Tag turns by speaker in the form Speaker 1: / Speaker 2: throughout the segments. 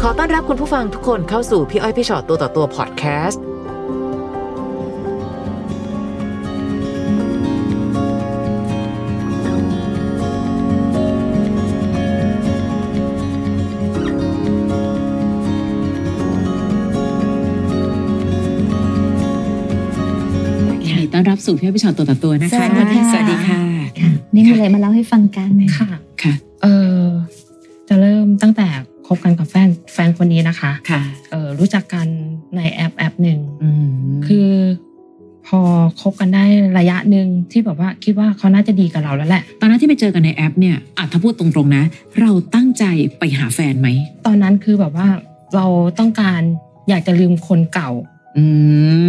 Speaker 1: ขอต้อนรับคุณผู้ฟังทุกคนเข้าสู่พี่อ้อยพี่ชอตตัวต่อตัวพอดแคสต์
Speaker 2: ยินดีต้อนรับสู่พี่อ้อยพี่ชอตตัวต่อตัวนะคะ
Speaker 3: สวัสดีค่ะ
Speaker 2: สวัสดีค่ะ
Speaker 3: ค่ะนี่มีอะไรมาเล่าให้ฟังกัน
Speaker 4: ค่ะ
Speaker 2: ค่ะ
Speaker 4: เออจะเริ่มตั้งแต่คบกันกับแฟนแฟนคนนี้นะคะ
Speaker 2: ค่ะ
Speaker 4: เออรู้จักกันในแอปแอปหนึ่ง
Speaker 2: อืม
Speaker 4: คือพอคบกันได้ระยะหนึ่งที่แบบว่าคิดว่าเขาน่าจะดีกับเราแล้วแหละ
Speaker 2: ตอนนั้นที่ไปเจอกันในแอปเนี่ยอ่ะถ้าพูดตรงๆนะ เราตั้งใจไปหาแฟนไหม
Speaker 4: ตอนนั้นคือแบบว่าเราต้องการอยากจะลืมคนเก่า
Speaker 2: อื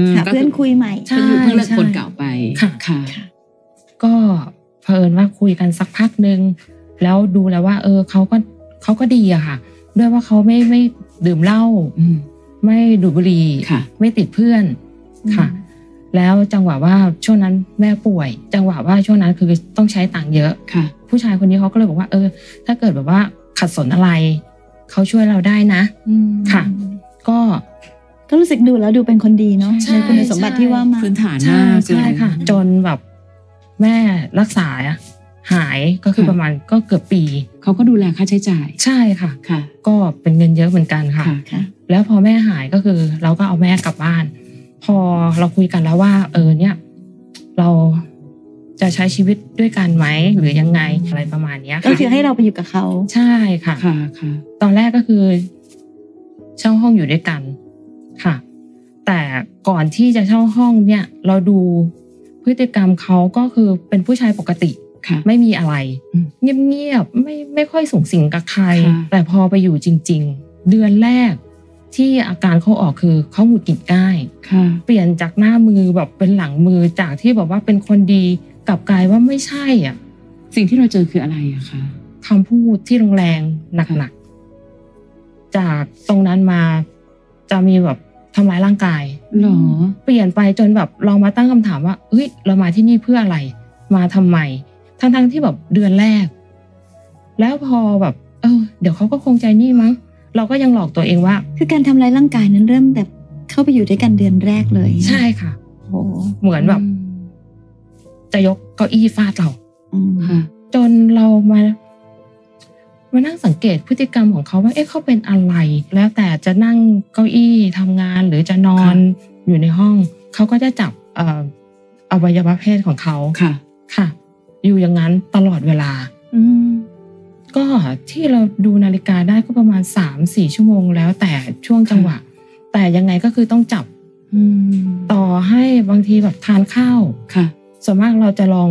Speaker 2: ม
Speaker 3: หาเพื่อนคุยใหม่
Speaker 4: ใช่
Speaker 2: เพิ่งเพิ่งเลิกคนเก่าไป
Speaker 4: ค่ะ
Speaker 2: ค่ะ
Speaker 4: ก็เผอิญว่าคุยกันสักพักหนึ่งแล้วดูแล้วว่า เออเขาก็เขาก็ดีอะค่ะ ด้วยว่าเขาไม่ไม่ดื่มเหล้า
Speaker 2: อืม
Speaker 4: ไม่ดูดบุหรี่
Speaker 2: ค่ะ
Speaker 4: ไม่ติดเพื่อน ค่ะ แล้วจังหวะว่าช่วงนั้นแม่ป่วย จังหวะว่าช่วงนั้นคือต้องใช้ตังค์เยอะ
Speaker 2: ค่ะ
Speaker 4: ผู้ชายคนนี้เขาก็เลยบอกว่า เออ ถ้าเกิดแบบว่าขัดสนอะไร เขาช่วยเราได้นะ
Speaker 3: อืม
Speaker 4: ค่ะ ก็
Speaker 3: ก็รู้สึกดูแล้วดูเป็นคนดีเนาะ
Speaker 4: ใช่
Speaker 3: ในคุณสมบัติที่ว่ามา
Speaker 2: พื้นฐาน
Speaker 4: ใช่
Speaker 2: มาก
Speaker 4: ใช่
Speaker 2: เลย
Speaker 4: ค่ะ จนแบบแม่รักษาหายก็คือ
Speaker 2: ค่ะ
Speaker 4: ประมาณก็เกือบปี
Speaker 2: เขาก็ดูแลค่าใช้จ่าย
Speaker 4: ใช่ค่ะ
Speaker 2: ค่ะ
Speaker 4: ก็เป็นเงินเยอะเหมือนกันค่ะ
Speaker 2: ค่ะ
Speaker 3: ค่ะ
Speaker 4: แล้วพอแม่หายก็คือ เราก็เอาแม่กลับบ้าน พอเราคุยกันแล้วว่า เออเนี่ย เราจะใช้ชีวิตด้วยกันไหมหรือยังไงอะไรประมาณเนี้ย
Speaker 3: ก็
Speaker 4: ค่ะ
Speaker 3: คือให้เราไปอยู่กับเขา
Speaker 4: ใช่ค่ะ
Speaker 2: ค่ะ ค่ะ
Speaker 4: ตอนแรกก็คือเช่าห้องอยู่ด้วยกันค่ะ แต่ก่อนที่จะเช่าห้องเนี่ย เราดูพฤติกรรมเขาก็คือเป็นผู้ชายปกติ
Speaker 2: ค่ะ
Speaker 4: ไม่มีอะไร
Speaker 2: อืม
Speaker 4: เงียบๆไม่ไม่ค่อยสูงสิงกับใคร
Speaker 2: ค่ะ
Speaker 4: แต่พอไปอยู่จริง ๆ เดือนแรกที่อาการเขาออกคือเขาหงุดหงิดง่าย
Speaker 2: ค่ะ
Speaker 4: เปลี่ยนจากหน้ามือแบบเป็นหลังมือจากที่แบบว่าเป็นคนดีกลับกลายว่าไม่ใช่อ่ะ
Speaker 2: สิ่งที่เราเจอคืออะไรอะคะ
Speaker 4: คำพูดที่รุนแรงหนักๆจากตรงนั้นมาจะมีแบบทำร้ายร่างกาย
Speaker 2: หรอ
Speaker 4: เปลี่ยนไปจนแบบเรามาตั้งคำถามว่าเฮ้ยเรามาที่นี่เพื่ออะไร มาทำไม ทั้งๆที่แบบเดือนแรก แล้วพอแบบ เออ เดี๋ยวเขาก็คงใจนี่มั้ง เราก็ยังหลอกตัวเองว่า
Speaker 3: คือการทำร้ายร่างกายนั้นเริ่มแบบเข้าไปอยู่ด้วยกันเดือนแรกเลย
Speaker 4: ใช่ค่ะ
Speaker 3: โอ้โห
Speaker 4: เหมือนแบบ จะยกเก้าอี้ฟาดเรา
Speaker 3: อืม
Speaker 2: ค่ะ
Speaker 4: จนเรามามานั่งสังเกตพฤติกรรมของเขาว่า เอ๊ะเขาเป็นอะไร แล้วแต่จะนั่งเก้าอี้ทำงานหรือจะนอน
Speaker 2: ค่
Speaker 4: อยู่ในห้อง เขาก็จะจับเอ่ออวัยวะเพศของเขา
Speaker 2: ค่ะ
Speaker 4: ค่ะ อยู่อย่างนั้นตลอดเวลา
Speaker 3: อืม
Speaker 4: ก็ที่เราดูนาฬิกาได้ก็ประมาณ3ามสี่ชั่วโมงแล้วแต่ช่วงจังหวะ แต่ยังไงก็คือต้องจับ
Speaker 3: อืม
Speaker 4: ต่อให้บางทีแบบทานข้าว
Speaker 2: ค่ะ
Speaker 4: ส่วนมากเราจะลอง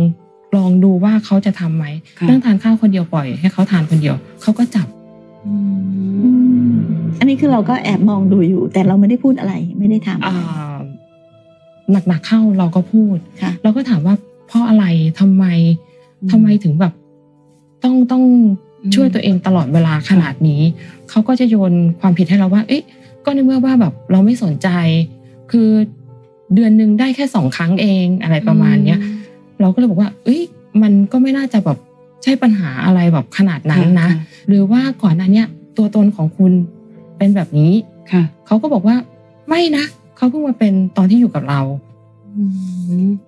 Speaker 4: ลองดูว่าเขาจะทำไหม
Speaker 2: ค่ะ
Speaker 4: นั่งทานข้าวคนเดียวปล่อยให้เขาทานคนเดียวเขาก็จับ
Speaker 3: อืมอันนี้คือเราก็แอบมองดูอยู่ แต่เราไม่ได้พูดอะไรไม่ได้ถามอะไร
Speaker 4: อ่าหนักๆเข้าเราก็พูด
Speaker 3: ค่ะ
Speaker 4: เราก็ถามว่าเพราะอะไรทำไม
Speaker 2: อืม
Speaker 4: ทำไมถึงแบบ ต้องต้อง
Speaker 2: อืม
Speaker 4: ช่วยตัวเองตลอดเวลาขนาดนี้ เขาก็จะโยนความผิดให้เราว่า เอ๊ะ ก็ในเมื่อว่าแบบ เราไม่สนใจ คือเดือนหนึ่งได้แค่สองครั้งเองอะไรประมาณเนี้ยเราก็เลยบอกว่า เอ้ย มันก็ไม่น่าจะแบบใช่ปัญหาอะไรแบบขนาดนั้นนะ หรือว่าก่อนหน้าเนี้ยตัวตนของคุณเป็นแบบนี้
Speaker 2: ค่ะ
Speaker 4: เขาก็บอกว่าไม่นะเขาเพิ่งมาเป็นตอนที่อยู่กับเรา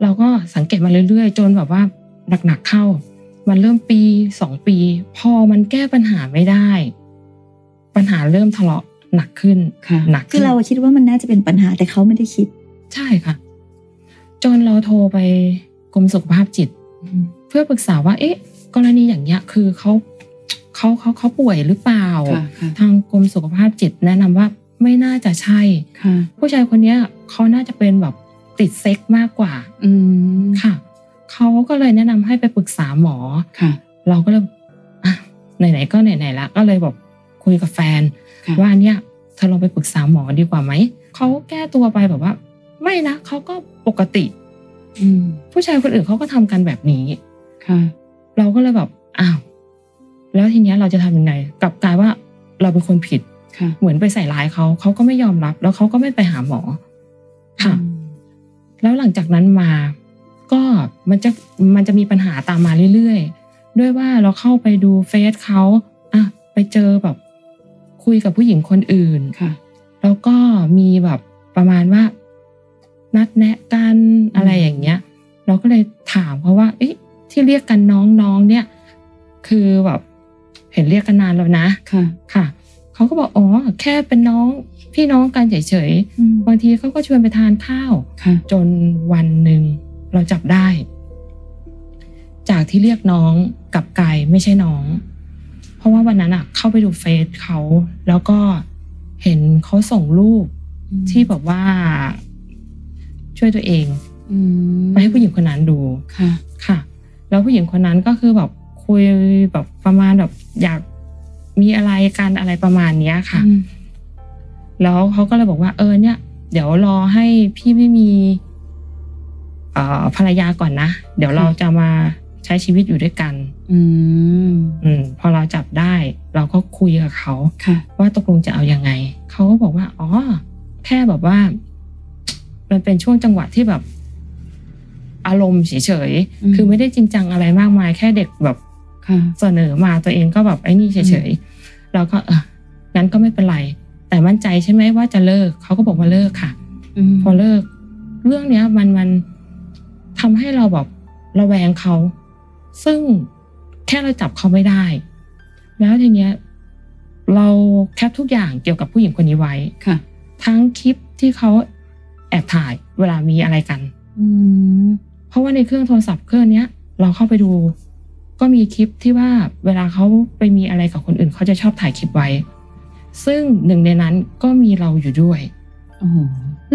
Speaker 4: เราก็สังเกตมาเรื่อยๆ จนแบบว่าหนักๆเข้า มันเริ่มปีสองปี พอมันแก้ปัญหาไม่ได้ ปัญหาเริ่มทะเลาะหนักขึ้น
Speaker 2: ค่ะ
Speaker 4: หนัก
Speaker 3: คื
Speaker 4: ขึ้
Speaker 3: อน เราคิดว่ามันน่าจะเป็นปัญหาแต่เขาไม่ได้คิด
Speaker 4: ใช่ค่ะ จนเราโทรไปกรมสุขภาพจิต เพื่อปรึกษาว่า เอ๊ะ กรณีอย่างเงี้ยคือเขาเขาเขาเขาป่วยหรือเปล่า
Speaker 2: ค่ะ ค่ะ
Speaker 4: ทางกรมสุขภาพจิตแนะนำว่าไม่น่าจะใช่
Speaker 2: ค่ะ
Speaker 4: ผู้ชายคนเนี้ยเขาน่าจะเป็นแบบติดเซ็กมากกว่า
Speaker 2: อืม
Speaker 4: ค่ะเขาก็เลยแนะนำให้ไปปรึกษาหมอ
Speaker 2: ค่ะ
Speaker 4: เราก็เลยอ่ะไหนๆก็ไหนๆละก็เลยบอกคุยกับแฟน
Speaker 2: ค่ะ
Speaker 4: ว่าเนี่ยเธอลองไปปรึกษาหมอดีกว่าไหมเขาแก้ตัวไปแบบว่า ไม่นะเขาก็ปกติ
Speaker 2: อืม
Speaker 4: ผู้ชายคนอื่นเขาก็ทำกันแบบนี้
Speaker 2: ค่ะ
Speaker 4: เราก็เลยแบบอ้าวแล้วทีเนี้ยเราจะทำยังไงกลับกลายว่าเราเป็นคนผิด
Speaker 2: ค่ะ
Speaker 4: เหมือนไปใส่ร้ายเขาเขาก็ไม่ยอมรับ แล้วเขาก็ไม่ไปหาหมอ ค่ะ แล้วหลังจากนั้นมาก็มันจะมันจะมีปัญหาตามมาเรื่อยๆ ด้วยว่าเราเข้าไปดูเฟซเขาอ่ะไปเจอแบบ คุยกับผู้หญิงคนอื่น
Speaker 2: ค่ะ
Speaker 4: แล้วก็มีแบบประมาณว่านัดแนะกันอะไรอย่างเงี้ย เราก็เลยถามเขาว่า เอ๊ะ ที่เรียกกันน้องน้องเนี่ย คือแบบเห็นเรียกกันนานแล้วนะ
Speaker 2: ค่ะ
Speaker 4: ค่ะเขาก็บอกอ๋อแค่เป็นน้องพี่น้องกันเฉยๆบางทีเขาก็ชวนไปทานข้าว
Speaker 2: ค่ะ
Speaker 4: จนวันหนึ่งเราจับได้ จากที่เรียกน้องกลับกลายไม่ใช่น้อง เพราะว่าวันนั้นอ่ะ เข้าไปดูเฟซเขาแล้วก็เห็นเขาส่งรูปที่แบบว่า ช่วยตัวเอง
Speaker 2: อื
Speaker 4: ไปให้ผู้หญิงคนนั้นดู
Speaker 2: ค่ะ
Speaker 4: ค่ะ แล้วผู้หญิงคนนั้นก็คือแบบคุยแบบประมาณแบบอยากมีอะไรกันอะไรประมาณเนี้ยค่ะ
Speaker 2: อืม
Speaker 4: แล้วเขาก็เลยบอกว่าเออเนี่ย เดี๋ยวรอให้พี่ไม่มีเอ่อภรรยาก่อนนะ เดี๋ยวเราจะมาใช้ชีวิตอยู่ด้วยกัน
Speaker 2: อืม
Speaker 4: อืม พอเราจับได้ เราก็คุยกับเขา
Speaker 2: ค่ะ
Speaker 4: ว่าตกลงจะเอายังไงเขาก็บอกว่าอ๋อแค่แบบว่า มันเป็นช่วงจังหวะที่แบบ อารมณ์เฉย
Speaker 2: อืม
Speaker 4: ๆคือไม่ได้จริงจังอะไรมากมาย แค่เด็กแบบ
Speaker 2: ค่ะ
Speaker 4: เสนอมาตัวเองก็แบบไอ้นี่เฉยๆเราก็เอองั้นก็ไม่เป็นไร แต่มั่นใจใช่ไหมว่าจะเลิกเขาก็บอกว่าเลิกค่ะ
Speaker 2: อืม
Speaker 4: พอเลิก เรื่องเนี้ย มันมันทำให้เราแบบระแวงเขา ซึ่งแค่เราจับเขาไม่ได้ แล้วทีเนี้ย เราแคปทุกอย่างเกี่ยวกับผู้หญิงคนนี้ไว้
Speaker 2: ค่ะ
Speaker 4: ทั้งคลิปที่เขาแอบถ่ายเวลามีอะไรกัน
Speaker 2: อืม
Speaker 4: เพราะว่าในเครื่องโทรศัพท์เครื่องเนี้ย เราเข้าไปดู ก็มีคลิปที่ว่าเวลาเขาไปมีอะไรกับคนอื่นเขาจะชอบถ่ายคลิปไว้ ซึ่งหนึ่งในนั้นก็มีเราอยู่ด้วย
Speaker 2: โอ้โห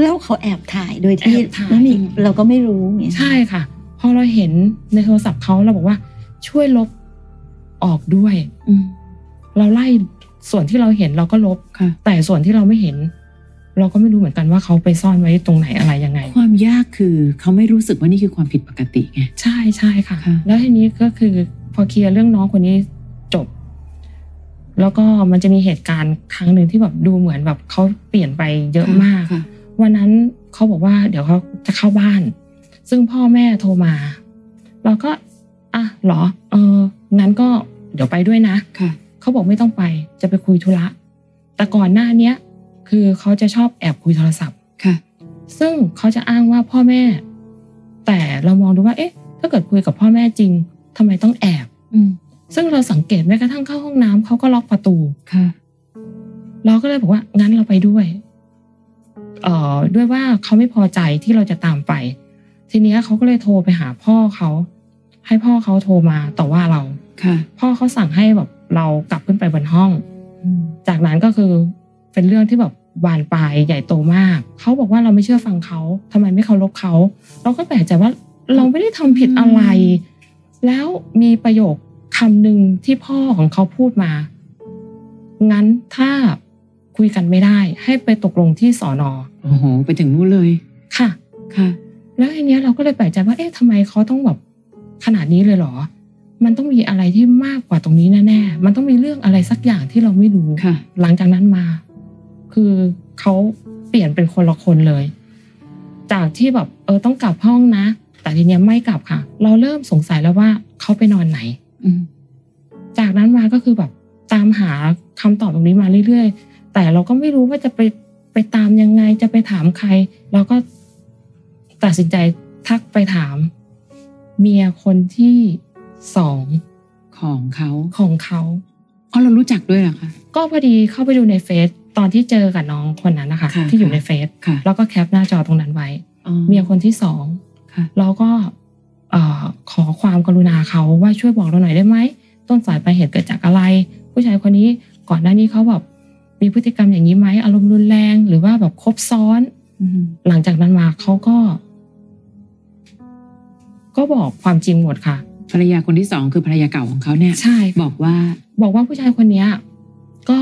Speaker 3: แล้วเขาแอบถ่ายโดยที่
Speaker 4: แอบถ่าย
Speaker 3: แล้วนี่เราก็ไม่รู้ไง
Speaker 4: ใช่ค่ะ พอเราเห็นในโทรศัพท์เขาเราบอกว่าช่วยลบออกด้วย
Speaker 2: อืม
Speaker 4: เราไล่ส่วนที่เราเห็นเราก็ลบ
Speaker 2: ค่ะ
Speaker 4: แต่ส่วนที่เราไม่เห็น เราก็ไม่รู้เหมือนกันว่าเขาไปซ่อนไว้ตรงไหนอะไรยังไง
Speaker 2: ความยากคือเขาไม่รู้สึกว่านี่คือความผิดปกติไง
Speaker 4: ใช่ใช่ค่ะ
Speaker 2: ค่ะ
Speaker 4: แล้วทีนี้ก็คือพอเคลียร์เรื่องน้องคนนี้จบ แล้วก็มันจะมีเหตุการณ์ครั้งหนึ่งที่แบบดูเหมือนแบบเขาเปลี่ยนไปเยอะมาก
Speaker 2: ค่ะ
Speaker 4: วันนั้นเขาบอกว่าเดี๋ยวเขาจะเข้าบ้าน ซึ่งพ่อแม่โทรมา เราก็อ่ะเหรอ เอองั้นก็เดี๋ยวไปด้วยนะ
Speaker 2: ค่ะ
Speaker 4: เขาบอกไม่ต้องไป จะไปคุยธุระ แต่ก่อนหน้าเนี้ย คือเขาจะชอบแอบคุยโทรศัพท์
Speaker 2: ค่ะ
Speaker 4: ซึ่งเขาจะอ้างว่าพ่อแม่ แต่เรามองดูว่า เอ๊ะ ถ้าเกิดคุยกับพ่อแม่จริงทำไมต้องแอบ
Speaker 2: อืม
Speaker 4: ซึ่งเราสังเกตแม้กระทั่งเข้าห้องน้ำเขาก็ล็อกประตู
Speaker 2: ค่ะ
Speaker 4: เราก็เลยบอกว่างั้นเราไปด้วย เอ่อ ด้วยว่าเขาไม่พอใจที่เราจะตามไป ทีเนี้ยเขาก็เลยโทรไปหาพ่อเขา ให้พ่อเขาโทรมาต่อว่าเรา
Speaker 2: ค่ะ
Speaker 4: พ่อเขาสั่งให้แบบเรากลับขึ้นไปบนห้อง
Speaker 2: อืม
Speaker 4: จากนั้นก็คือเป็นเรื่องที่แบบบานปลายใหญ่โตมาก เขาบอกว่าเราไม่เชื่อฟังเขาทำไมไม่เคารพเขา เราก็แปลกใจว่าเราไม่ได้ทำผิดอะไร แล้วมีประโยคคำหนึ่งที่พ่อของเขาพูดมา งั้นถ้าคุยกันไม่ได้ ให้ไปตกลงที่สอนอ
Speaker 2: โอ้โห ไปถึงนู่นเลย
Speaker 4: ค่ะ
Speaker 2: ค่ะ
Speaker 4: แล้วทีเนี้ยเราก็เลยแปลกใจว่า เอ๊ะทำไมเขาต้องแบบขนาดนี้เลยเหรอ มันต้องมีอะไรที่มากกว่าตรงนี้แน่ๆ มันต้องมีเรื่องอะไรสักอย่างที่เราไม่รู้
Speaker 2: ค่ะ
Speaker 4: หลังจากนั้นมา คือเขาเปลี่ยนเป็นคนละคนเลย จากที่แบบเออต้องกลับห้องนะ แต่ทีเนี้ยไม่กลับค่ะ เราเริ่มสงสัยแล้วว่าเขาไปนอนไหน
Speaker 2: อืม
Speaker 4: จากนั้นมาก็คือแบบตามหาคำตอบตรงนี้มาเรื่อยๆ แต่เราก็ไม่รู้ว่าจะไปไปตามยังไงจะไปถามใคร เราก็ตัดสินใจทักไปถาม เมียคนที่สอง
Speaker 2: ของเขา
Speaker 4: ของเขา
Speaker 2: อ๋อเรารู้จักด้วยเหรอคะ
Speaker 4: ก็พอดีเข้าไปดูในเฟซตอนที่เจอกับน้องคนนั้นนะคะ
Speaker 2: ค่ะ
Speaker 4: ที่อยู่ในเฟซ
Speaker 2: ค่ะ
Speaker 4: แล้วก็แคปหน้าจอตรงนั้นไว้
Speaker 2: อ๋อ
Speaker 4: เมียคนที่สอง
Speaker 2: ค่ะ
Speaker 4: เราก็เอ่อขอความกรุณาเขาว่าช่วยบอกเราหน่อยได้ไหมต้นสายปลายเหตุเกิดจากอะไร ผู้ชายคนนี้ก่อนหน้านี้เขาแบบมีพฤติกรรมอย่างนี้ไหมอารมณ์รุนแรงหรือว่าแบบครบซ้อน
Speaker 2: อืม
Speaker 4: หลังจากนั้นมาเขาก็ ก็บอกความจริงหมดค่ะ
Speaker 2: ภรรยาคนที่สองคือภรรยาเก่าของเขาเนี่ย
Speaker 4: ใช่
Speaker 2: บอกว่า
Speaker 4: บอกว่าผู้ชายคนเนี้ย ก็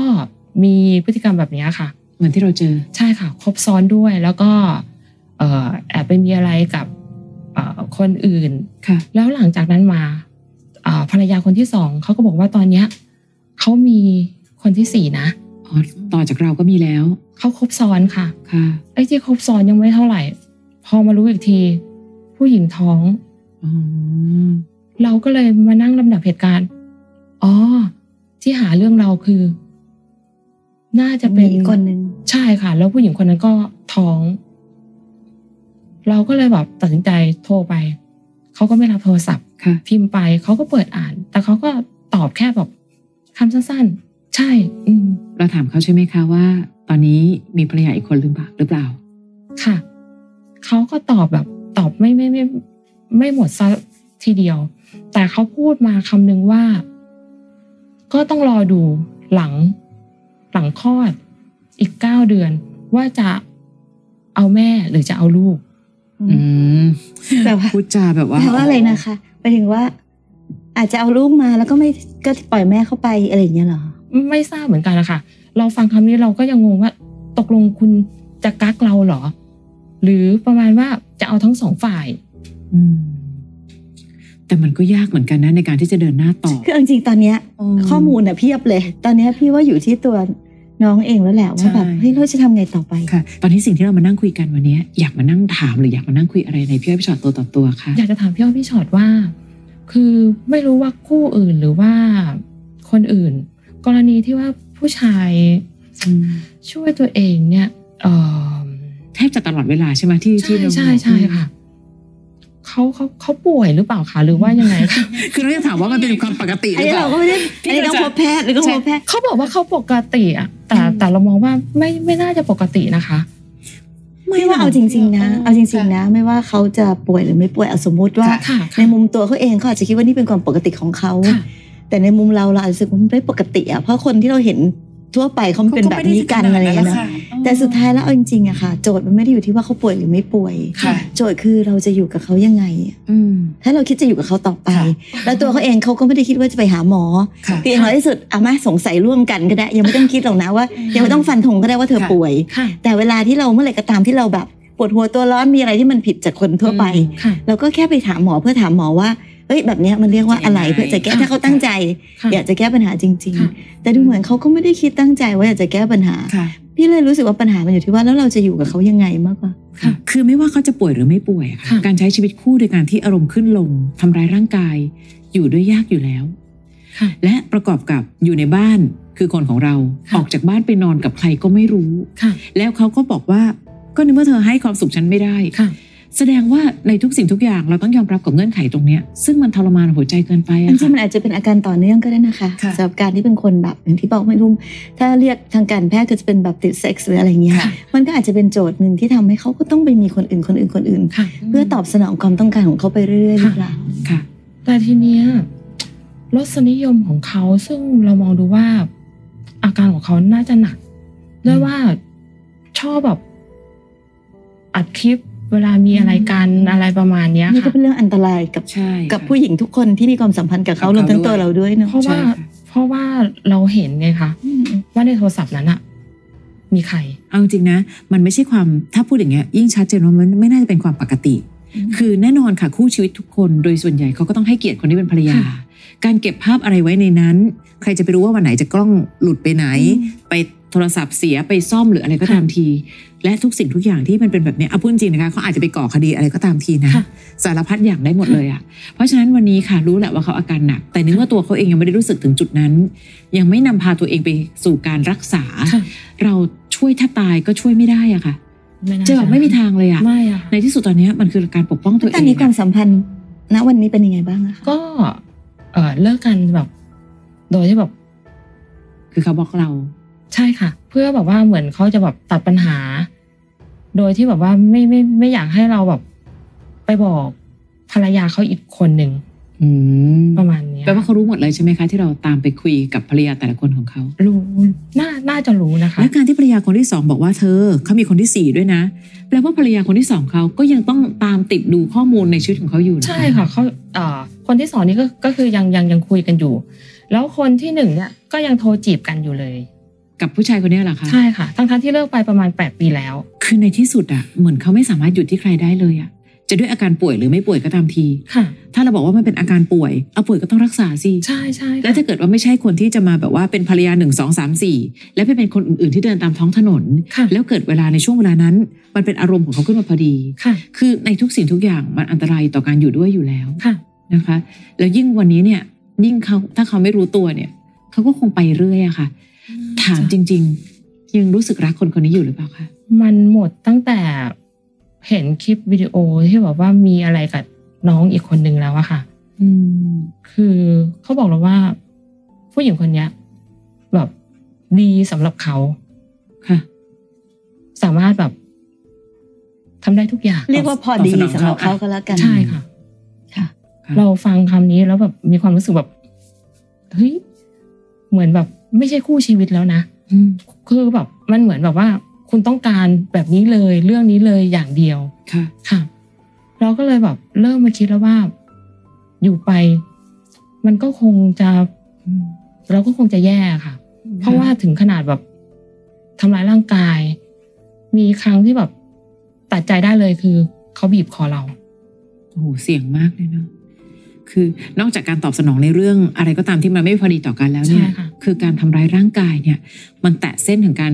Speaker 4: มีพฤติกรรมแบบเนี้ยค่ะ
Speaker 2: เหมือนที่เราเจอ
Speaker 4: ใช่ค่ะ ครบซ้อนด้วยแล้วก็เอ่อแอบไปมีอะไรกับเอ่อคนอื่น
Speaker 2: ค่ะ
Speaker 4: แล้วหลังจากนั้นมาอ่าภรรยาคนที่สองเขาก็บอกว่าตอนเนี้ยเขามีคนที่สี่นะ
Speaker 2: อ๋อ ต่อจากเราก็มีแล้ว
Speaker 4: เขาครบซ้อนค่ะ
Speaker 2: ค่ะ
Speaker 4: ไอ้ที่ครบซ้อนยังไม่เท่าไหร่ พอมารู้อีกที ผู้หญิงท้อง
Speaker 2: อ๋อ
Speaker 4: เราก็เลยมานั่งลำดับเหตุการณ์อ๋อที่หาเรื่องเราคือ น่าจะเป็น
Speaker 3: มีอีกคนนึง
Speaker 4: ใช่ค่ะ แล้วผู้หญิงคนนั้นก็ท้อง เราก็เลยแบบตัดสินใจโทรไป เขาก็ไม่รับโทรศัพท์
Speaker 2: ค่ะ
Speaker 4: พิมพ์ไปเขาก็เปิดอ่าน แต่เขาก็ตอบแค่แบบคำสั้นๆ ใช่ อืม
Speaker 2: เราถามเขาใช่ไหมคะว่า ตอนนี้มีภรรยาอีกคนหรือเปล่าหรือเปล่า
Speaker 4: ค่ะเขาก็ตอบแบบตอบไม่ไม่ไม่ไม่หมดซะทีเดียว แต่เขาพูดมาคำนึงว่า ก็ต้องรอดูหลัง หลังคลอด อีกเก้าเดือน ว่าจะเอาแม่หรือจะเอาลูก
Speaker 2: อืม
Speaker 3: แปลว่า
Speaker 2: พูดจาแบบว่า
Speaker 3: แปลว่าอะไรนะคะหมายถึงว่า อาจจะเอาลูกมาแล้วก็ไม่ก็ปล่อยแม่เข้าไปอะไรอย่างเงี้ยเหรอ
Speaker 4: ไม่ทราบเหมือนกันนะคะเราฟังคำนี้เราก็ยังงงว่า ตกลงคุณจะกักเราเหรอ หรือประมาณว่าจะเอาทั้งสองฝ่าย
Speaker 2: อืมแต่มันก็ยากเหมือนกันนะในการที่จะเดินหน้าต่อ
Speaker 3: คือเอาจริงๆตอนเนี้ย ข้อมูลอะเพียบเลย ตอนเนี้ยพี่ว่าอยู่ที่ตัวน้องเองแล้วแหละว่าแบบ
Speaker 2: ใช่
Speaker 3: เฮ้ยเราจะทำไงต่อไป
Speaker 2: ค่ะ ตอนนี้สิ่งที่เรามานั่งคุยกันวันนี้อยากมานั่งถามหรืออยากมานั่งคุยอะไรในพี่อ้อยพี่ชอตตัวต่อตัวคะ
Speaker 4: อยากจะถามพี่อ้อยพี่ชอตว่า คือไม่รู้ว่าคู่อื่นหรือว่าคนอื่น กรณีที่ว่าผู้ชาย
Speaker 2: อืม
Speaker 4: ช่วยตัวเองเนี่ยเอ่อ
Speaker 2: แทบจะตลอดเวลาใช่ไหมที่ที่
Speaker 4: ใช่
Speaker 2: เรา
Speaker 4: ใช่ใช่ค่ะเขาเขาเขาป่วยหรือเปล่าคะหรือว่ายังไงคะ
Speaker 2: คือเราจะถามว่ามันเป็นความปกติห
Speaker 3: อัน
Speaker 2: รือ
Speaker 3: นี้
Speaker 2: เป
Speaker 3: เรา
Speaker 2: ล่า
Speaker 3: ก็ไม่ได้อันนี้ต้องพบแพทย์หรือก็
Speaker 2: ใช่
Speaker 3: พบแพทย์
Speaker 4: เขาบอกว่าเขาปกติอะแต่
Speaker 3: อืม
Speaker 4: แต่เรามองว่าไม่ไม่น่าจะปกตินะคะ
Speaker 3: ไม่ว่าเอาจริง ๆ นะ เอาจริง ๆ นะ ไม่ว่าเขาจะป่วยหรือไม่ป่วยเอาสมมติว่า
Speaker 4: ค่ะค่ะ
Speaker 3: ในมุมตัวเขาเองเขาอาจจะคิดว่านี่เป็นความปกติของเขา
Speaker 4: ค่ะ
Speaker 3: แต่ในมุมเราเราอาจจะรู้สึกว่ามันไม่ปกติอ่ะเพราะคนที่เราเห็นทั่วไปเขาไม่เป็นแบบนี้กันอะไรอย่างเงี้ยนะ แต่สุดท้ายแล้วเอาจริงๆอะค่ะ โจทย์มันไม่ได้อยู่ที่ว่าเขาป่วยหรือไม่ป่วย
Speaker 2: ค่ะ
Speaker 3: โจทย์คือเราจะอยู่กับเขายังไง
Speaker 2: อืม
Speaker 3: ถ้าเราคิดจะอยู่กับเขาต่อไป
Speaker 2: ค่ะ
Speaker 3: แล้วตัวเขาเองเขาก็ไม่ได้คิดว่าจะไปหาหมอ
Speaker 2: ค่ะ
Speaker 3: ที่อย่างน้อยที่สุดอามาสงสัยร่วมกันก็ได้ ยังไม่ต้องคิดหรอกนะว่า ยังไม่ต้องฟันธงก็ได้ว่าเธอ
Speaker 2: ค่ะ
Speaker 3: ป่วย
Speaker 4: ค่ะ
Speaker 3: แต่เวลาที่เราเมื่อไหร่ก็ตามที่เราแบบปวดหัวตัวร้อนมีอะไรที่มันผิดจากคนทั่วไป
Speaker 4: ค่ะ
Speaker 3: เราก็แค่ไปถามหมอเพื่อถามหมอว่าเอ้ยแบบเนี้ยมันเรียกว่าอะไรเพื่อจะแก้ถ้าเขาตั้งใจ
Speaker 4: ค่ะ
Speaker 3: อยากจะแก้ปัญหาจริง
Speaker 4: ค่ะ
Speaker 3: ๆ แต่ดูเหมือนเขาก็ไม่ได้คิดตั้งใจว่าอยากจะแก้ปัญหา
Speaker 2: ค่ะ
Speaker 3: พี่เลยรู้สึกว่าปัญหามันอยู่ที่ว่าแล้วเราจะอยู่กับเขายังไงมากกว่า
Speaker 4: ค่ะ
Speaker 2: คือไม่ว่าเขาจะป่วยหรือไม่ป่วยอะค่ะ
Speaker 4: ค่ะ
Speaker 2: การใช้ชีวิตคู่โดยการที่อารมณ์ขึ้นลงทำร้ายร่างกาย อยู่ด้วยยากอยู่แล้ว
Speaker 4: ค่ะ
Speaker 2: และประกอบกับอยู่ในบ้านคือคนของเรา
Speaker 4: ค่ะ
Speaker 2: ออกจากบ้านไปนอนกับใครก็ไม่รู้
Speaker 4: ค่ะ
Speaker 2: แล้วเขาก็บอกว่าก็ในเมื่อเธอให้ความสุขฉันไม่ได้
Speaker 4: ค่ะ
Speaker 2: แสดงว่าในทุกสิ่งทุกอย่างเราต้องยอมรับกับเงื่อนไขตรงเนี้ยซึ่งมันทรมานหัวใจเกินไป
Speaker 3: อั
Speaker 2: อะ
Speaker 3: นที่มัน
Speaker 2: ค่ะ
Speaker 3: อาจจะเป็นอาการต่อเนื่องก็ได้นะคะ
Speaker 2: ค่ะ
Speaker 3: สำหรับการที่เป็นคนแบบอย่างที่บอกไม่รู้ถ้าเรียกทางการแพทย์ก็จะเป็นแบบติดเซ็กซ์หรืออะไรเงี้ย
Speaker 2: ค่ะ
Speaker 3: มันก็อาจจะเป็นโจทย์หนึ่งที่ทำให้เขาก็ต้องไปมีคนอื่นคนอื่นคนอื่น
Speaker 4: ค่ะ
Speaker 3: เพื่อตอบสนองความต้องการของเขาไปเรื่อยๆหรือเปล่า
Speaker 2: ค่ะ
Speaker 4: แต่ทีเนี้ยรสนิยมของเขาซึ่งเรามองดูว่า อาการของเขาน่าจะหนักด้วยว่าชอบแบบอัดคลิปเวลามีอะไรกันอะไรประมาณเนี้ย
Speaker 3: นี่ก็
Speaker 4: ค่ะ
Speaker 3: เป็นเรื่องอันตรายกับ
Speaker 2: ใช่
Speaker 3: กับ
Speaker 2: ค่ะ
Speaker 3: ผู้หญิงทุกคนที่มีความสัมพันธ์กับเขา
Speaker 2: กับเขา
Speaker 3: รวมทั้ง
Speaker 2: ด้วย
Speaker 3: ตัวเราด้วยเนาะ
Speaker 4: เพราะว่า
Speaker 2: ใช่ค่ะ
Speaker 4: เพราะว่าเราเห็นไงคะ
Speaker 3: อืม
Speaker 4: ว่าในโทรศัพท์นั้นอะมีใคร
Speaker 2: เอาจริงนะ มันไม่ใช่ความถ้าพูดอย่างเงี้ยยิ่งชัดเจนว่ามันไม่น่าจะเป็นความปกติ คือแน่นอนค่ะคู่ชีวิตทุกคน โดยส่วนใหญ่เขาก็ต้องให้เกียรติคนที่เป็นภรรยา
Speaker 4: ค่ะ
Speaker 2: การเก็บภาพอะไรไว้ในนั้น ใครจะไปรู้ว่าวันไหนจะกล้องหลุดไปไหน ไปโทรศัพท์เสียไปซ่อมหรืออะไรก็ตามที และทุกสิ่งทุกอย่างที่มันเป็นแบบเนี้ยเอาพูดจริงนะคะเขาอาจจะไปก่อคดีอะไรก็ตามทีนะ
Speaker 4: ค่ะ
Speaker 2: สารพัดอย่างได้หมดเลยอะ่ะ เพราะฉะนั้นวันนี้ค่ะรู้แหละว่าเขาอาการหนัก แต่เนื่องว่าตัวเขาเองยังไม่ได้รู้สึกถึงจุดนั้น ยังไม่นำพาตัวเองไปสู่การรักษา
Speaker 4: ค่ะ
Speaker 2: เราช่วยถ้าตายก็ช่วยไม่ได้อะค่ะ
Speaker 4: น่า
Speaker 2: เจอแบบไม่มีทางเลยอะ
Speaker 4: ไม่อะค่ะ
Speaker 2: ในที่สุดตอนเนี้ยมันคือการปกป้องตัวเอง
Speaker 3: ตอนนี้
Speaker 2: อะ
Speaker 3: ความสัมพันธ์ณวันนี้เป็นยังไงบ้างอะคะ
Speaker 4: ก็ เออเลิกกันแบบ โดยที่แบบ
Speaker 2: คือเขาบล็อกเรา
Speaker 4: ใช่ค่ะ เพื่อแบบว่าเหมือนเขาจะแบบตัดปัญหา โดยที่แบบว่าไม่ไม่ไม่อยากให้เราแบบไปบอกภรรยาเขาอีกคนหนึ่ง
Speaker 2: อืม
Speaker 4: ประมาณเนี้ย
Speaker 2: แปลว่าเขารู้หมดเลยใช่ไหมคะ ที่เราตามไปคุยกับภรรยาแต่ละคนของเขา
Speaker 4: รู้น่าน่าจะรู้นะคะ
Speaker 2: และการที่ภรรยาคนที่สองบอกว่าเธอเขามีคนที่สี่ด้วยนะ แปลว่าภรรยาคนที่สองเขาก็ยังต้องตามติดดูข้อมูลในชีวิตของเขาอยู่น
Speaker 4: ใช่ค่ะเขาเอ่อคนที่สองนี่ก็ก็คือยังยังยังคุยกันอยู่ แล้วคนที่หนึ่งเนี่ยก็ยังโทรจีบกันอยู่เลย
Speaker 2: กับผู้ชายคนเนี้ยเหรอคะ
Speaker 4: ใช่ค่ะ ทั้งทั้งที่เลิกไปประมาณแปดปีแล้ว
Speaker 2: คือในที่สุดอะเหมือนเขาไม่สามารถหยุดที่ใครได้เลยอะจะด้วยอาการป่วยหรือไม่ป่วยก็ตามที
Speaker 4: ค่ะ
Speaker 2: ถ้าเราบอกว่ามันเป็นอาการป่วยเอาป่วยก็ต้องรักษาสิ
Speaker 4: ใช่ใช่ค่ะ
Speaker 2: แล้วถ้าเกิดว่าไม่ใช่คนที่จะมาแบบว่าเป็นภรรยาหนึ่งสองสามสี่แล้วไปเป็นคนอื่นๆที่เดินตามท้องถนน
Speaker 4: ค่ะ
Speaker 2: แล้วเกิดเวลาในช่วงเวลานั้น มันเป็นอารมณ์ของเขาขึ้นมาพอดี
Speaker 4: ค่ะ
Speaker 2: คือในทุกสิ่งทุกอย่างมันอันตรายต่อการอยู่ด้วยอยู่แล้ว
Speaker 4: ค่ะ
Speaker 2: นะคะ แล้วยิ่งวันนี้เนี่ย ยิ่งเขาถ้าเขาไม่รู้ตัวเนี่ย เขาก็คงไปเรื่อยอะค่ะ ถามจริง ๆ ยังรู้สึกรักคนคนนี้อยู่หรือเปล่าคะ
Speaker 4: มันหมดตั้งแต่เห็นคลิปวิดีโอที่แบบว่ามีอะไรกับน้องอีกคนนึงแล้วอะค่ะ
Speaker 2: อืม
Speaker 4: คือเขาบอกเราว่าผู้หญิงคนเนี้ย แบบดีสำหรับเขา
Speaker 2: ค่ะ
Speaker 4: สามารถแบบทำได้ทุกอย่าง
Speaker 3: เรียกว่าพอดี
Speaker 2: ตอบส
Speaker 3: สำ
Speaker 2: น
Speaker 3: ห
Speaker 2: อง
Speaker 3: รับ
Speaker 2: เขา
Speaker 3: เขาก็แล้วกัน
Speaker 4: ใช่ค่ะ
Speaker 3: ค่ะ
Speaker 2: ค่ะ
Speaker 4: เราฟังคำนี้แล้วแบบมีความรู้สึกแบบเฮ้ยเหมือนแบบ ไม่ใช่คู่ชีวิตแล้วนะ
Speaker 2: อืม
Speaker 4: คือแบบมันเหมือนแบบว่า คุณต้องการแบบนี้เลย เรื่องนี้เลยอย่างเดียว
Speaker 2: ค่ะ
Speaker 4: ค่ะ เราก็เลยแบบ เริ่มมาคิดแล้วว่า อยู่ไป มันก็คงจะ
Speaker 2: อืม
Speaker 4: เราก็คงจะแย่ค่ะ เพราะว่าถึงขนาดแบบทำร้ายร่างกาย มีครั้งที่แบบตัดใจได้เลยคือเขาบีบคอเรา
Speaker 2: โอ้โหเสี่ยงมากเลยเนาะ คือนอกจากการตอบสนองในเรื่องอะไรก็ตามที่มันไม่พอดีต่อกันแล้วเนี่ย
Speaker 4: ใช่ค่ะ
Speaker 2: คือการทำร้ายร่างกายเนี่ย มันแตะเส้นถึงการ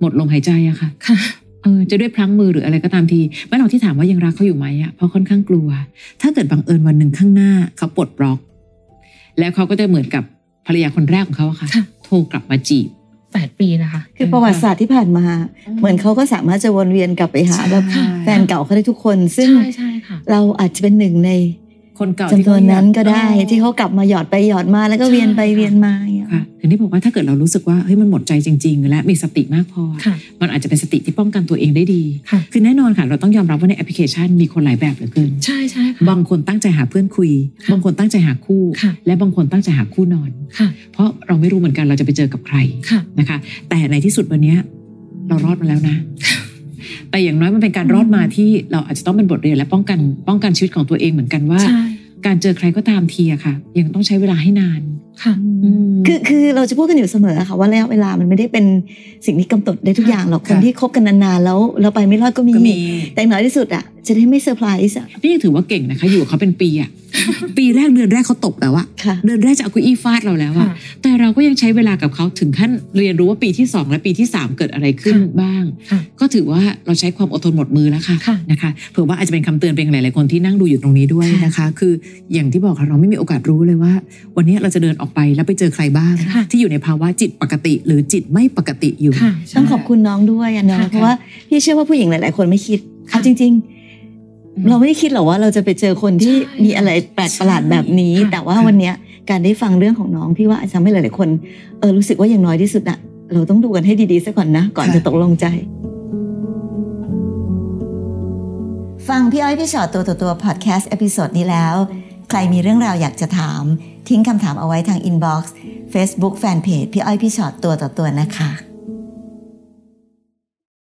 Speaker 2: หมดลมหายใจอะค่ะ
Speaker 4: ค่ะ
Speaker 2: เออจะด้วยพลั้งมือหรืออะไรก็ตามทีแม่เราที่ถามว่ายังรักเขาอยู่ไหมอะเพราะค่อนข้างกลัว ถ้าเกิดบังเอิญวันหนึ่งข้างหน้าเขาปลดบล็อก แล้วเขาก็จะเหมือนกับภรรยาคนแรกของเขาอะค่ะ
Speaker 4: ค่ะ
Speaker 2: โทรกลับมาจีบ
Speaker 4: แปดปีนะคะ
Speaker 3: คือประวัติศาสตร์ที่ผ่านมา เหมือนเขาก็สามารถจะวนเวียนกลับไปหาแบบ
Speaker 4: ใช่
Speaker 3: แฟนเก่าเขาได้ทุกคน ซึ่ง
Speaker 4: ใช่ใช่ค่ะ
Speaker 3: เราอาจจะเป็นหนึ่งใน
Speaker 2: คนเก่าที่
Speaker 3: จำน
Speaker 2: เขา
Speaker 3: วนนั้นก็ได้
Speaker 2: เลือ
Speaker 3: ที่เขากลับมาหยอดไปหยอดมาแล้วก็เวียนไป
Speaker 4: ใช่ค่ะ
Speaker 3: เวียนมาอย่างเงี้ย
Speaker 2: ค่ะถึงที่บอกว่าถ้าเกิดเรารู้สึกว่าเฮ้ยมันหมดใจจริง ๆ และมีสติมากพอ
Speaker 4: ค่ะ
Speaker 2: มันอาจจะเป็นสติที่ป้องกันตัวเองได้ดี
Speaker 4: ค่ะ
Speaker 2: คือแน่นอนค่ะเราต้องยอมรับว่าในแอปพลิเคชันมีคนหลายแบบเหลือเกิน
Speaker 4: ใช่ใช่ค่ะ
Speaker 2: บางคนตั้งใจหาเพื่อนคุย
Speaker 4: ค่ะ
Speaker 2: บางคนตั้งใจหาคู่
Speaker 4: ค่ะ
Speaker 2: และบางคนตั้งใจหาคู่นอน
Speaker 4: ค่ะ
Speaker 2: เพราะเราไม่รู้เหมือนกันเราจะไปเจอกับใคร
Speaker 4: ค่ะ
Speaker 2: นะคะ แต่ในที่สุดวันเนี้ยเรารอดมาแล้วนะ แต่อย่างน้อยมันเป็นการรอดมาที่เราอาจจะต้องเป็นบทเรียนและป้องกันป้องกันชีวิตของตัวเองเหมือนกันว่า
Speaker 4: ใช่
Speaker 2: การเจอใครก็ตามทีอะค่ะ ยังต้องใช้เวลาให้นาน
Speaker 4: ค่ะ
Speaker 2: อืม
Speaker 3: คือคือเราจะพูดกันอยู่เสมอค่ะว่าระยะเวลามันไม่ได้เป็นสิ่งที่กำหนดได้ทุก
Speaker 2: ค่ะ
Speaker 3: อย่างหรอกคน
Speaker 2: ค่ะ
Speaker 3: ที่คบกันนานๆแล้วเราไปไม่รอดก็มี
Speaker 2: ก็มี
Speaker 3: แต่อย่างน้อยที่สุดอ่ะจะได้ไม่เซอร์ไพรส์อะ
Speaker 2: นี่ยังถือว่าเก่งนะคะ อยู่กับเขาเป็นปีอะ ปีแรกเดือนแรกเขาตบแล้วอะ
Speaker 3: ค่ะ
Speaker 2: เดือนแรกจะเอาเกุยอี้ฟาดเราแล้วอะ
Speaker 4: ค่ะ
Speaker 2: แต่เราก็ยังใช้เวลากับเขาถึงขั้นเรียนรู้ว่าปีที่ 2 และปีที่ 3 เกิดอะไรขึ้น
Speaker 4: ค่ะ
Speaker 2: บ้าง
Speaker 4: ค่ะ
Speaker 2: ก็ถือว่าเราใช้ความอดทนหมดมือแล้วค่ะ
Speaker 4: ค่ะ
Speaker 2: นะคะเผื่อว่าอาจจะเป็นคำเตือนเป็นหลาย ๆ คนที่นั่งดูอยู่ตรงนี้ด้วยนะคะ คืออย่างที่บอกค่ะเราไม่มีโอกาสรู้เลยว่า วันนี้เราจะเดินออกไปแล้วไปเจอใครบ้าง
Speaker 4: ค่ะ
Speaker 2: ที่อยู่ในภาวะจิตปกติ หรือจิตไม่ปกติอยู่
Speaker 4: ค่ะใช่
Speaker 3: ต้องขอบคุณน้องด้วยอะนะ
Speaker 4: ค่ะ
Speaker 3: เพราะว่าพี่เชื่อว่าผู้หญิงหลาย ๆ คนไม่คิดเอาจริง
Speaker 2: อืม
Speaker 3: ๆ เราไม่ได้คิดหรอกว่าเราจะไปเจอคนที่
Speaker 4: ใช่
Speaker 3: มีอะไรแปลกประหลาดแบบนี้
Speaker 4: ใช่ค่ะ
Speaker 3: แต่ว่าวันเนี้ยการได้ฟังเรื่องของน้องพี่ว่าอาจจะทำให้หลาย ๆ คนเออรู้สึกว่าอย่างน้อยที่สุดอะเราต้องดูกันให้ดี ๆ ซะก่อนนะ ก่อน
Speaker 2: ค่ะ
Speaker 3: จะตกลงใจ ฟังพี่อ้อยพี่ชอตตัวต่อตัวพอดแคสต์เอพิโซดนี้แล้ว ใครมีเรื่องราวอยากจะถาม ทิ้งคำถามเอาไว้ทางอินบ็อกซ์เฟซบุ๊กแฟนเพจพี่อ้อยพี่ชอตตัวต่อตัวนะคะ